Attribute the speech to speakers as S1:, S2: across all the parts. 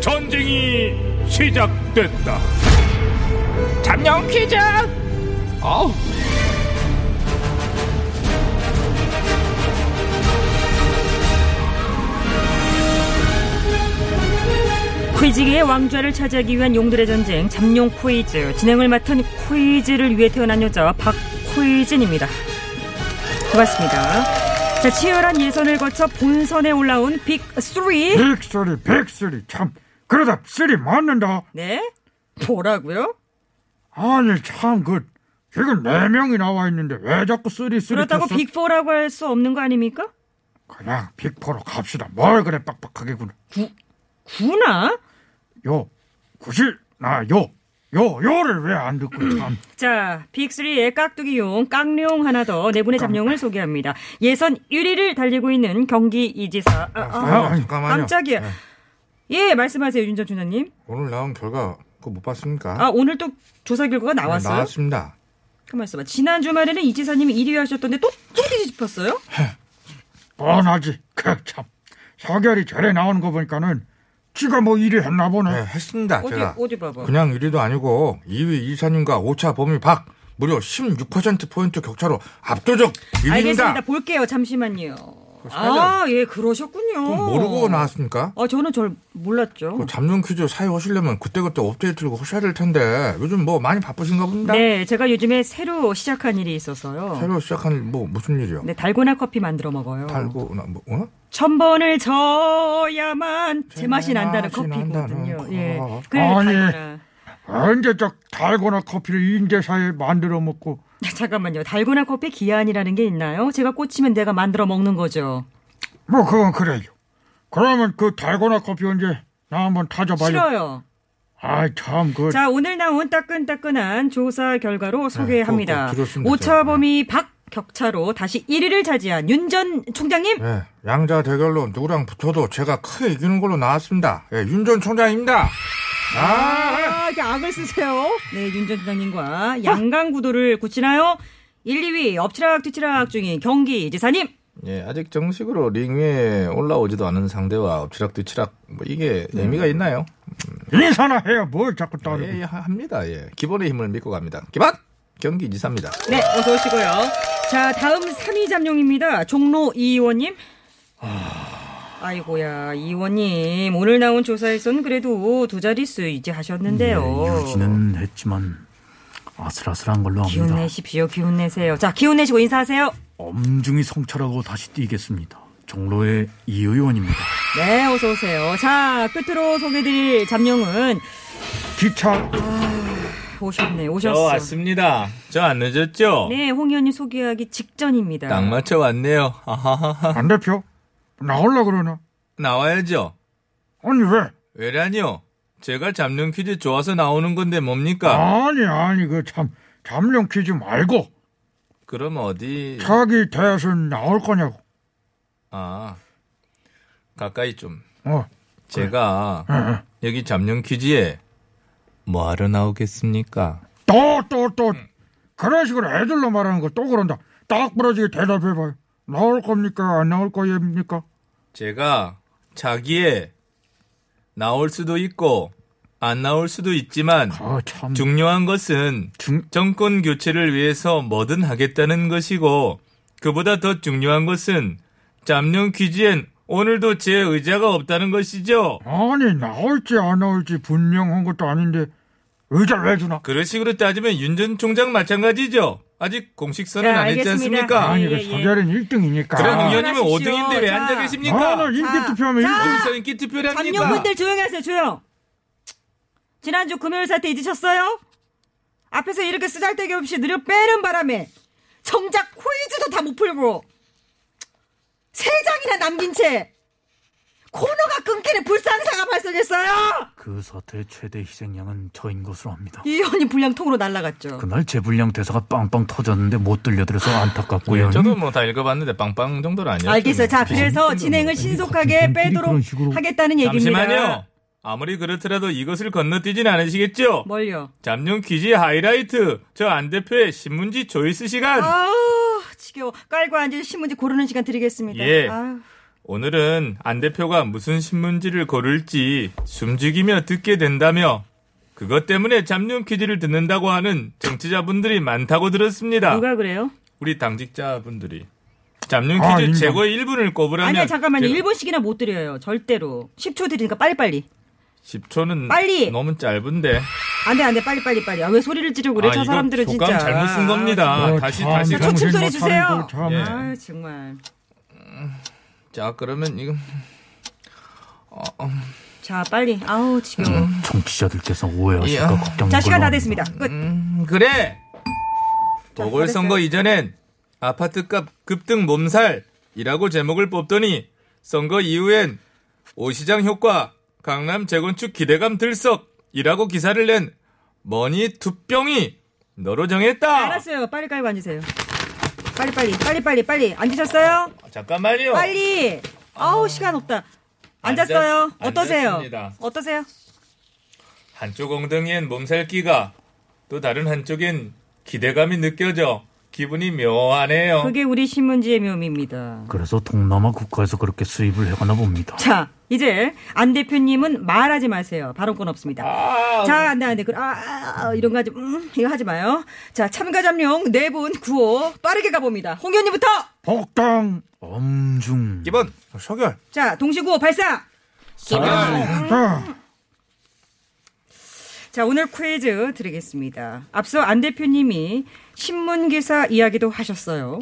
S1: 전쟁이 시작됐다. 잠룡 퀴즈! 아우.
S2: 퀴즈계의 왕좌를 차지하기 위한 용들의 전쟁 잠룡 코이즈 진행을 맡은 코이즈를 위해 태어난 여자 박코이진입니다. 고맙습니다. 자, 치열한 예선을 거쳐 본선에 올라온 빅3
S3: 백설이 백설이 참 그러다 쓰리 맞는다
S2: 네? 뭐라고요?
S3: 아니 참그 지금 네 명이 나와 있는데 왜 자꾸 쓰리 쓰리
S2: 그렇다고
S3: 쳤어?
S2: 빅4라고 할 수 없는 거 아닙니까?
S3: 그냥 빅포로 갑시다 뭘 그래 빡빡하게군
S2: 구나?
S3: 요 구실 나요요 요를 왜 안 듣고 참
S2: 자, 빅3의 깍두기용 깡룡 하나 더, 네 분의 잠룡을 소개합니다. 예선 1위를 달리고 있는 경기 이지사. 아, 아,
S3: 아, 아니,
S4: 잠깐만요. 네.
S2: 깜짝이야. 예, 말씀하세요, 윤 전 주장님.
S4: 오늘 나온 결과 그거 못 봤습니까?
S2: 아, 오늘 또 조사 결과가
S4: 네,
S2: 나왔어요?
S4: 습니다
S2: 가만 있어봐. 지난 주말에는 이지사님이 1위 하셨던데 또, 또 뒤집혔어요?
S3: 뻔하지 그참 사결이 저래 나오는 거 보니까는 지가 뭐 일이 했나 보네
S4: 네, 했습니다.
S2: 어디,
S4: 제가
S2: 어디 봐봐.
S4: 그냥 1위도 아니고 2위 이사님과 5차 범위 박 무려 16% 포인트 격차로 압도적 1위입니다.
S2: 알겠습니다. 볼게요. 잠시만요. 아, 예, 그러셨군요.
S4: 모르고 나왔습니까?
S2: 아, 저는 절 몰랐죠.
S4: 그 잠룡 퀴즈 사유하시려면 그때그때 업데이트를 하셔야 될 텐데 요즘 뭐 많이 바쁘신가 봅니다.
S2: 네, 제가 요즘에 새로 시작한 일이 있어서요.
S4: 새로 시작한 뭐 무슨 일이요?
S2: 네, 달고나 커피 만들어 먹어요.
S4: 달고 나 뭐? 어?
S2: 천 번을 저야만 제맛이 난다는
S4: 제맛이
S2: 커피거든요.
S4: 난다는
S2: 예.
S4: 거.
S2: 그래
S3: 아니.
S2: 달고나.
S3: 언제 적 달고나 커피를 인제사에 만들어 먹고
S2: 잠깐만요. 달고나 커피 기한이라는 게 있나요? 제가 꽂히면 내가 만들어 먹는 거죠.
S3: 뭐 그건 그래요 그러면 그 달고나 커피 언제 나 한번 타줘봐요
S2: 싫어요.
S3: 아참그
S2: 자, 오늘 나온 따끈따끈한 조사 결과로 소개합니다.
S4: 그거 들었습니다.
S2: 오차범위 박 격차로 다시 1위를 차지한 윤 전 총장님.
S4: 예, 양자 대결로 누구랑 붙어도 제가 크게 이기는 걸로 나왔습니다. 예, 윤전 총장입니다.
S2: 아, 이게 악을 쓰세요. 네, 윤 전 총장님과 양강 구도를 굳히나요? 1, 2위 엎치락 뒤치락 중인 경기 지사님.
S5: 예, 아직 정식으로 링 위에 올라오지도 않은 상대와 엎치락뒤치락 뭐 이게
S3: 네.
S5: 의미가 있나요?
S3: 인사나 해요. 뭘 자꾸 따르고.
S5: 예, 예, 하- 합니다. 예, 기본의 힘을 믿고 갑니다. 기본 경기 지사입니다.
S2: 네, 어서 오시고요. 자, 다음 3위 잠룡입니다. 종로 이 의원님. 아, 아이고야, 이 의원님. 오늘 나온 조사에서는 그래도 두 자릿수 이제 하셨는데요.
S6: 네, 유지는 했지만 아슬아슬한 걸로
S2: 기운
S6: 합니다.
S2: 내십시오. 기운 내세요. 자, 기운 내시고 인사하세요.
S6: 엄중히 성찰하고 다시 뛰겠습니다. 종로의 이 의원입니다.
S2: 네, 어서 오세요. 자, 끝으로 소개드릴 잠룡은
S3: 기차
S2: 오셨네,
S5: 저
S2: 오셨어.
S5: 왔습니다. 저 안 늦었죠?
S2: 네, 홍 의원님 소개하기 직전입니다.
S5: 딱 맞춰 왔네요. 아하하하.
S3: 안 대표 나올라 그러나?
S5: 나와야죠.
S3: 아니 왜?
S5: 왜라니요? 제가 잡는 퀴즈 좋아서 나오는 건데 뭡니까?
S3: 아니 아니 그 참 잠룡 퀴즈 말고
S5: 그럼 어디?
S3: 자기 대선 나올 거냐고.
S5: 아, 가까이 좀.
S3: 어 예,
S5: 제가 여기 잡룡 퀴즈에 뭐 하러 나오겠습니까?
S3: 또 또 또 그런 식으로 애들로 말하는 거 또 그런다. 딱 부러지게 대답해봐요. 나올 겁니까? 안 나올 거입니까?
S5: 제가 자기의 나올 수도 있고 안 나올 수도 있지만
S3: 아참
S5: 중요한 것은 정권 교체를 위해서 뭐든 하겠다는 것이고 그보다 더 중요한 것은 잠룡 퀴즈엔 오늘도 제 의자가 없다는 것이죠.
S3: 아니 나올지 안 나올지 분명한 것도 아닌데 의자 왜 주나?
S5: 그런 식으로 따지면 윤 전 총장 마찬가지죠. 아직 공식 선언
S2: 네,
S5: 안 했지
S2: 알겠습니다.
S5: 않습니까?
S3: 아니 그
S2: 예, 예.
S3: 서결은 1등이니까.
S5: 그래 홍 의원님은
S2: 하십시오.
S5: 5등인데 왜
S2: 자.
S5: 앉아 계십니까?
S3: 나는 인기 투표하면
S2: 자.
S3: 1등.
S5: 거기서 인기 투표를 합니까?
S2: 잠룡분들 조용히 하세요, 조용. 지난주 금요일 사태 잊으셨어요? 앞에서 이렇게 쓰잘데기 없이 느려 빼는 바람에 정작 코이즈도 다 못 풀고 세 장이나 남긴 채 코너가 끊기는 불상사가 발생했어요.
S7: 그 사태의 최대 희생양은 저인 것으로 압니다.
S2: 이 연이 불량통으로 날아갔죠.
S7: 그날 재불량 대사가 빵빵 터졌는데 못 들려드려서 안타깝고요.
S5: 저도 뭐 다 읽어봤는데 빵빵 정도는 아니었죠.
S2: 알겠어요. 자, 그래서 진행을 신속하게 빼도록
S7: 그런 식으로-
S2: 하겠다는 얘기입니다.
S5: 잠시만요. 아무리 그렇더라도 이것을 건너뛰진 않으시겠죠?
S2: 뭘요?
S5: 잠룡 퀴즈 하이라이트. 저 안 대표의 신문지 조이스 시간.
S2: 아우 지겨워. 깔고 앉아 신문지 고르는 시간 드리겠습니다.
S5: 예.
S2: 아유,
S5: 오늘은 안 대표가 무슨 신문지를 고를지 숨죽이며 듣게 된다며 그것 때문에 잠룡 퀴즈를 듣는다고 하는 정치자분들이 많다고 들었습니다.
S8: 누가 그래요?
S5: 우리 당직자분들이 잠룡
S3: 아,
S5: 퀴즈
S3: 인정.
S5: 제거의 1분을 꼽으라면
S2: 아니야 잠깐만요.
S5: 제가
S2: 1분씩이나 못 드려요. 절대로. 10초 드리니까 빨리빨리.
S5: 10초는
S2: 빨리!
S5: 너무 짧은데
S2: 안돼 안돼 빨리빨리 빨리. 아, 왜 소리를 지르고 그래?
S5: 아,
S2: 저
S5: 이거
S2: 사람들은
S5: 촉감
S2: 진짜.
S5: 잘못 쓴 겁니다.
S3: 어,
S5: 다시
S3: 참,
S5: 다시.
S2: 저
S3: 정신
S2: 춤소리
S3: 못
S2: 주세요.
S3: 차리고 참.
S5: 예.
S2: 아 정말.
S5: 자 그러면 이거
S2: 자 빨리. 아우 지겨워.
S5: 음,
S7: 정치자들께서 오해하실까
S5: 예.
S7: 걱정.
S2: 자 시간 다 됐습니다. 끝.
S5: 음, 그래. 보궐선거 이전엔 아파트값 급등 몸살이라고 제목을 뽑더니 선거 이후엔 오시장 효과, 강남 재건축 기대감 들썩이라고 기사를 낸 머니 투병이 너로 정했다.
S2: 알았어요. 빨리 깔고 앉으세요. 빨리 빨리 빨리 빨리 빨리 앉으셨어요?
S5: 아, 잠깐만요.
S2: 빨리. 아우 시간 없다. 앉았어요.
S5: 앉았-
S2: 어떠세요?
S5: 앉았습니다.
S2: 어떠세요?
S5: 한쪽 엉덩이엔 몸살기가 또 다른 한쪽엔 기대감이 느껴져 기분이 묘하네요.
S2: 그게 우리 신문지의 묘미입니다.
S7: 그래서 동남아 국가에서 그렇게 수입을 해가나 봅니다.
S2: 자, 이제 안 대표님은 말하지 마세요. 발언권 없습니다. 자, 안 돼, 안 돼. 그, 아, 아, 아, 이런 거 하지, 음, 이거 하지 마요. 자, 참가 잠룡 네 분 구호 빠르게 가봅니다. 홍현님부터!
S3: 복당
S7: 엄중.
S4: 이번 서결
S2: 자, 동시 구호 발사!
S5: 아, 네.
S3: 자,
S2: 자, 오늘 퀴즈 드리겠습니다. 앞서 안 대표님이 신문기사 이야기도 하셨어요.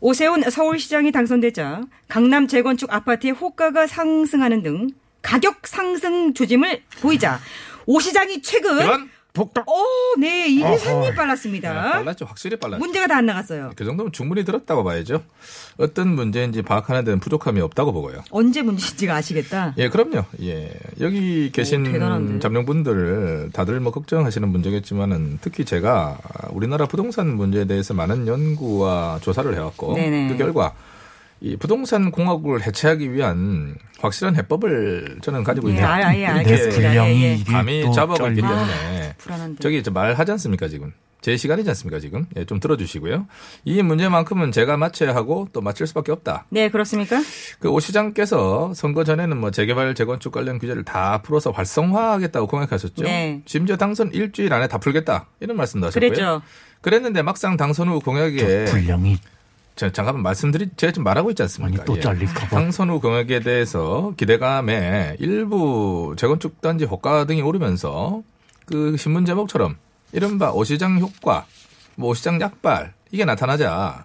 S2: 오세훈 서울시장이 당선되자 강남 재건축 아파트의 호가가 상승하는 등 가격 상승 조짐을 보이자 오 시장이 최근
S5: 이런
S3: 복당
S2: 어, 네, 이게 산이 빨랐습니다.
S5: 빨랐죠. 확실히 빨랐죠.
S2: 문제가 다 안 나갔어요.
S5: 그 정도면 충분히 들었다고 봐야죠. 어떤 문제인지 파악하는 데는 부족함이 없다고 보고요.
S2: 언제 문제인지가 아시겠다.
S5: 예, 그럼요. 예. 여기 계신
S2: 대단한데.
S5: 잠룡분들 다들 뭐 걱정하시는 문제겠지만은 특히 제가 우리나라 부동산 문제에 대해서 많은 연구와 조사를 해왔고
S2: 네네.
S5: 그 결과 이 부동산 공화국을 해체하기 위한 확실한 해법을 저는 가지고
S2: 예,
S5: 있는
S2: 아, 아, 예,
S5: 이렇게
S2: 알겠습니다. 예,
S7: 분량이
S2: 예.
S7: 이게
S5: 감히
S7: 또
S5: 잡아고 있기
S7: 짧-
S5: 때문에
S2: 불안한데.
S5: 예. 저기 저 말하지 않습니까 지금 제 시간이지 않습니까 지금 예, 좀 들어주시고요 이 문제만큼은 제가 맞춰야 하고 또 맞출 수밖에 없다
S2: 네, 그렇습니까?
S5: 그 오 시장께서 선거 전에는 뭐 재개발 재건축 관련 규제를 다 풀어서 활성화하겠다고 공약하셨죠
S2: 네.
S5: 심지어 당선 일주일 안에 다 풀겠다 이런 말씀도 하셨고요
S2: 그랬죠.
S5: 그랬는데 막상 당선 후 공약에
S7: 분량이
S5: 자, 잠깐만 말씀드리 제가 지금 말하고 있지 않습니까? 예.
S7: 아니, 또 잘릴까 봐.
S5: 당선 후 공약에 대해서 기대감에 일부 재건축 단지 호가 등이 오르면서 그 신문 제목처럼 이른바 오시장 효과, 뭐 오시장 약발 이게 나타나자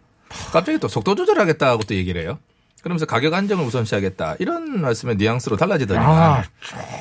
S5: 갑자기 또 속도 조절하겠다고 또 얘기를 해요. 그러면서 가격 안정을 우선시하겠다 이런 말씀의 뉘앙스로 달라지더니
S3: 아,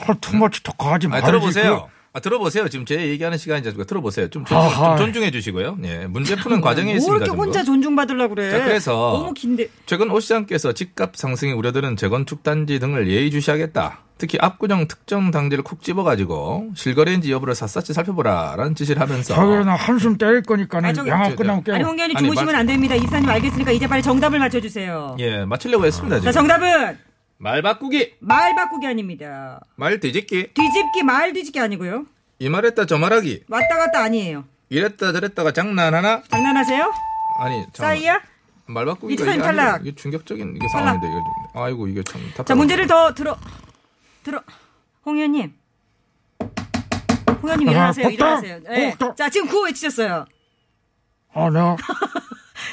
S3: 저 투머치 토크하지
S5: 아,
S3: 말지.
S5: 들어보세요. 아, 들어보세요. 지금 제 얘기하는 시간이지 않습니까? 들어보세요. 좀, 존중,
S3: 아하.
S5: 해 주시고요. 예. 문제 푸는 과정에
S2: 뭐
S5: 있습니다.
S2: 이렇게
S5: 전부.
S2: 혼자 존중받으려고 그래.
S5: 자, 그래서
S2: 너무 긴데.
S5: 최근 오 시장께서 집값 상승이 우려되는 재건축 단지 등을 예의주시하겠다. 특히 압구정 특정 단지를 콕 집어가지고 실거래인지 여부를 샅샅이 살펴보라라는 지시를 하면서
S3: 서결은 한숨 때릴 거니까
S2: 아,
S3: 는
S2: 저기-
S3: 양아
S5: 저-
S3: 끝나고
S2: 아니,
S3: 깨워.
S2: 홍현이
S5: 예. 아니,
S2: 주무시면
S5: 맞-
S2: 안 됩니다. 이사님 알겠으니까 이제 빨리 정답을 맞춰주세요.
S5: 예 맞추려고 했습니다
S2: 자,
S5: 지금
S2: 정답은
S5: 말 바꾸기
S2: 말 바꾸기 아닙니다.
S5: 말 뒤집기
S2: 뒤집기 말 뒤집기 아니고요.
S5: 이 말했다 저 말하기
S2: 왔다 갔다 아니에요.
S5: 이랬다 저랬다가 장난하나
S2: 장난하세요?
S5: 아니 잠깐만.
S2: 싸이야?
S5: 말 바꾸기가
S2: 이태원
S5: 이게, 아니라
S2: 탈락.
S5: 이게 충격적인 이게
S2: 탈락.
S5: 상황인데 이게 좀, 아이고 이게 참 답답하다.
S2: 자, 문제를 더 들어 들어 홍 의원님. 홍
S5: 아,
S2: 의원님 일어나세요.
S3: 복당!
S2: 일어나세요. 예.
S3: 복당!
S2: 자, 지금 구호 외치셨어요.
S3: 아, 내가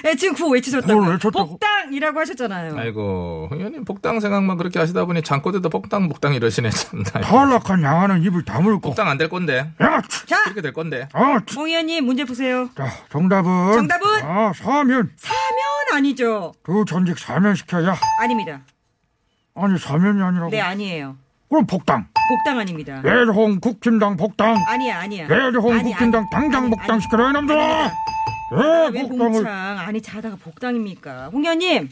S2: 예, 지금 구호
S3: 구호를
S2: 외치셨다고.
S3: 외쳤다고.
S2: 복당이라고 하셨잖아요.
S5: 아이고 홍 의원님 복당 생각만 그렇게 하시다 보니 장꼬대도 복당 복당 이러시네 참
S3: 탈락한 양아는 입을 다물고.
S5: 복당 안 될 건데
S3: 야, 치-
S2: 자,
S5: 이렇게 될 건데
S3: 아, 치-
S2: 홍 의원님 문제 푸세요.
S3: 자, 정답은.
S2: 정답은?
S3: 아, 사면.
S2: 사면 아니죠.
S3: 두 전직 사면 시켜야.
S2: 아닙니다.
S3: 아니, 사면이 아니라고.
S2: 네, 아니에요.
S3: 그럼 복당.
S2: 복당 아닙니다.
S3: 예종 국힘당 복당.
S2: 아니야, 아니야.
S3: 예종
S2: 아니,
S3: 국힘당
S2: 아니,
S3: 당장
S2: 아니,
S3: 복당
S2: 아니,
S3: 시켜라, 이놈들아!
S2: 아닙니다. 아,
S3: 예,
S2: 왜
S3: 복당을.
S2: 봉창 아니 자다가 복당입니까 홍현님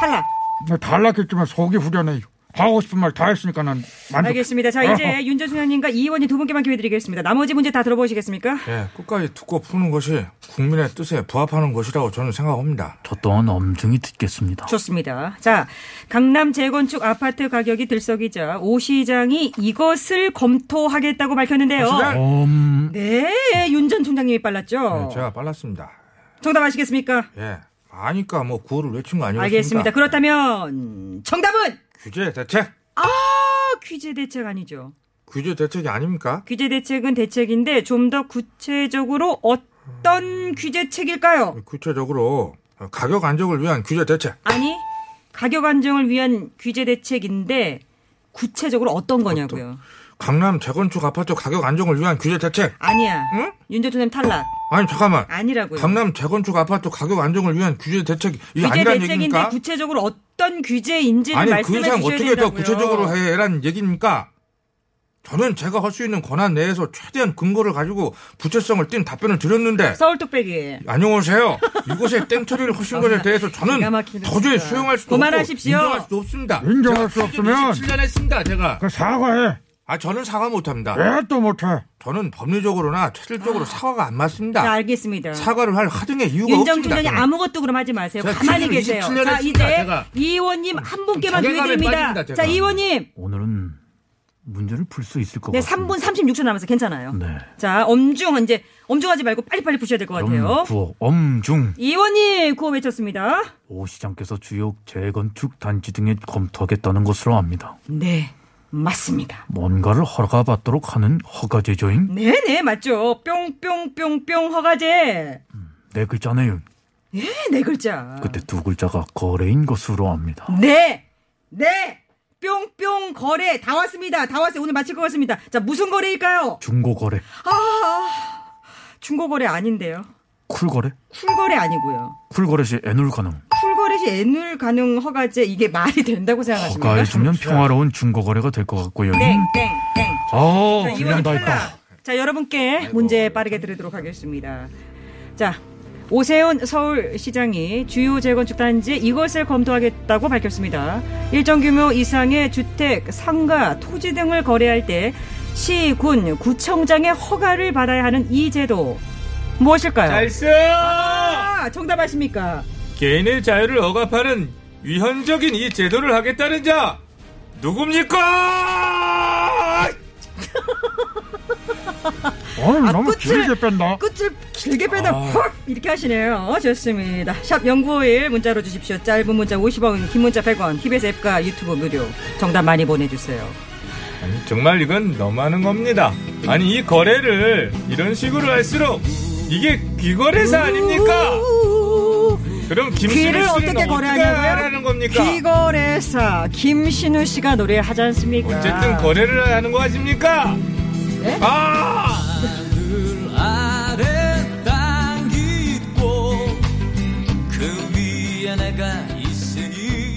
S2: 탈락
S3: 나 탈락했지만 뭐 속이 후련해요. 하고 싶은 말 다 했으니까 어. 난 만족.
S2: 알겠습니다. 자, 이제 윤전수 의원님과 이 의원님 두 분께 만 기회 드리겠습니다. 나머지 문제 다 들어보시겠습니까?
S3: 네.
S4: 예, 끝까지 듣고 푸는 것이 국민의 뜻에 부합하는 것이라고 저는 생각합니다.
S7: 저 또한 엄중히 듣겠습니다.
S2: 좋습니다. 자, 강남 재건축 아파트 가격이 들썩이자 오 시장이 이것을 검토하겠다고 밝혔는데요.
S7: 엄
S2: 네, 윤 전 총장님이 빨랐죠.
S4: 예, 제가 빨랐습니다.
S2: 정답 아시겠습니까?
S4: 예, 아니까 뭐 구호를 외친 거 아니겠습니까?
S2: 알겠습니다. 그- 그렇다면 정답은
S4: 규제 대책,
S2: 아 규제 대책 아니죠.
S4: 규제 대책이 아닙니까?
S2: 규제 대책은 대책인데 좀 더 구체적으로 어떤 규제책일까요?
S4: 구체적으로 가격 안정을 위한 규제 대책.
S2: 아니 가격 안정을 위한 규제 대책인데 구체적으로 어떤 거냐고요?
S4: 강남 재건축 아파트 가격 안정을 위한 규제 대책.
S2: 아니야.
S4: 응?
S2: 윤전 총장님 탈락.
S4: 아니 잠깐만.
S2: 아니라고요.
S4: 강남 재건축 아파트 가격 안정을 위한 규제 대책 이
S2: 규제
S4: 아니란
S2: 대책인데
S4: 얘기입니까?
S2: 구체적으로 어떤 규제인지를
S4: 아니 그
S2: 말씀해
S4: 이상
S2: 주셔야
S4: 어떻게 더
S2: 된다고요.
S4: 구체적으로 해란 얘기입니까? 저는 제가 할 수 있는 권한 내에서 최대한 근거를 가지고 부채성을 띈 답변을 드렸는데
S2: 서울 뚝배기.
S4: 안녕하세요. 이곳에 땡처리를 하신 것에 대해서 저는
S2: 기가 막히는
S4: 도저히
S2: 진짜.
S4: 수용할 수도
S2: 그만하십시오.
S4: 없고 인정할 수도 없습니다.
S3: 인정할 수 없으면
S4: 7년 했습니다. 제가.
S3: 그 사과해.
S4: 아 저는 사과 못합니다.
S3: 왜 또 못해?
S4: 저는 법률적으로나 체질적으로 사과가 안 맞습니다.
S2: 자, 아, 알겠습니다.
S4: 사과를 할 하등의 이유가
S2: 윤정
S4: 없습니다.
S2: 총장이
S4: 저는.
S2: 아무것도 그럼 하지 마세요.
S4: 제가
S2: 가만히
S4: 27년
S2: 계세요.
S4: 했습니다,
S2: 자, 이제
S4: 제가.
S2: 이 의원님 한 분께만 기회
S4: 자괴감에
S2: 드립니다.
S4: 빠집니다, 제가.
S2: 자, 이 의원님.
S7: 오늘은 문제를 풀 수 있을 것
S2: 네,
S7: 같습니다.
S2: 3분 36초 남았어요. 괜찮아요.
S7: 네.
S2: 자, 엄중 이제 엄중하지 말고 빨리빨리 푸셔야 될 것 같아요.
S7: 구호 엄중
S2: 이 의원님 구호 외쳤습니다.
S7: 오 시장께서 주요 재건축 단지 등에 검토하겠다는 것으로 압니다.
S2: 네, 맞습니다.
S7: 뭔가를 허가받도록 하는 허가 제조인
S2: 네, 네, 맞죠. 뿅뿅뿅뿅 허가제.
S7: 네 글자네요.
S2: 네, 네 글자.
S7: 그때 두 글자가 거래인 것으로 압니다.
S2: 네, 네. 뿅뿅 거래 다 왔습니다. 다 왔어요. 오늘 마칠 것 같습니다. 자, 무슨 거래일까요? 아,
S7: 중고 거래,
S2: 중고 거래 아닌데요.
S7: 쿨 거래,
S2: 쿨거래 아니고요.
S7: 쿨 거래 시 애눌 가능.
S2: 쿨거래 시 애눌 가능 허가제 이게 말이 된다고 생각하십니까?
S7: 허가해주면 평화로운 중고 거래가 될 것 같고요.
S2: 땡, 땡, 땡.
S7: 아,
S2: 네. 자,
S7: 그냥
S2: 이번엔
S7: 다
S2: 탈락.
S7: 했다.
S2: 자, 여러분께 문제 빠르게 드리도록 하겠습니다. 자, 오세훈 서울시장이 주요 재건축 단지 이것을 검토하겠다고 밝혔습니다. 일정 규모 이상의 주택, 상가, 토지 등을 거래할 때 시, 군, 구청장의 허가를 받아야 하는 이 제도 무엇일까요?
S5: 알쓰
S2: 아, 정답 아십니까?
S5: 개인의 자유를 억압하는 위헌적인 이 제도를 하겠다는 자 누굽니까?
S3: 오늘
S2: 아,
S3: 너무
S2: 끝을-
S3: 길게 뺀다.
S2: 끝을 길게 빼다
S5: 아.
S2: 훅 이렇게 하시네요. 어, 좋습니다. 샵 0951 문자로 주십시오. 짧은 문자 50원, 긴 문자 100원. TBS 앱과 유튜브 무료. 정답 많이 보내주세요.
S5: 아니, 정말 이건 너무하는 겁니다. 아니 이 거래를 이런 식으로 할수록 이게 귀거래사 아닙니까? 그럼
S2: 귀를
S5: 김신우 씨는
S2: 어떻게
S5: 어떻게
S2: 거래하냐고요?
S5: 하라는 겁니까?
S2: 귀거래사 김신우 씨가 노래하지 않습니까?
S5: 어쨌든 거래를 하는 거 아십니까? 아!
S9: 땅 깊고 그 위에 내가 있으니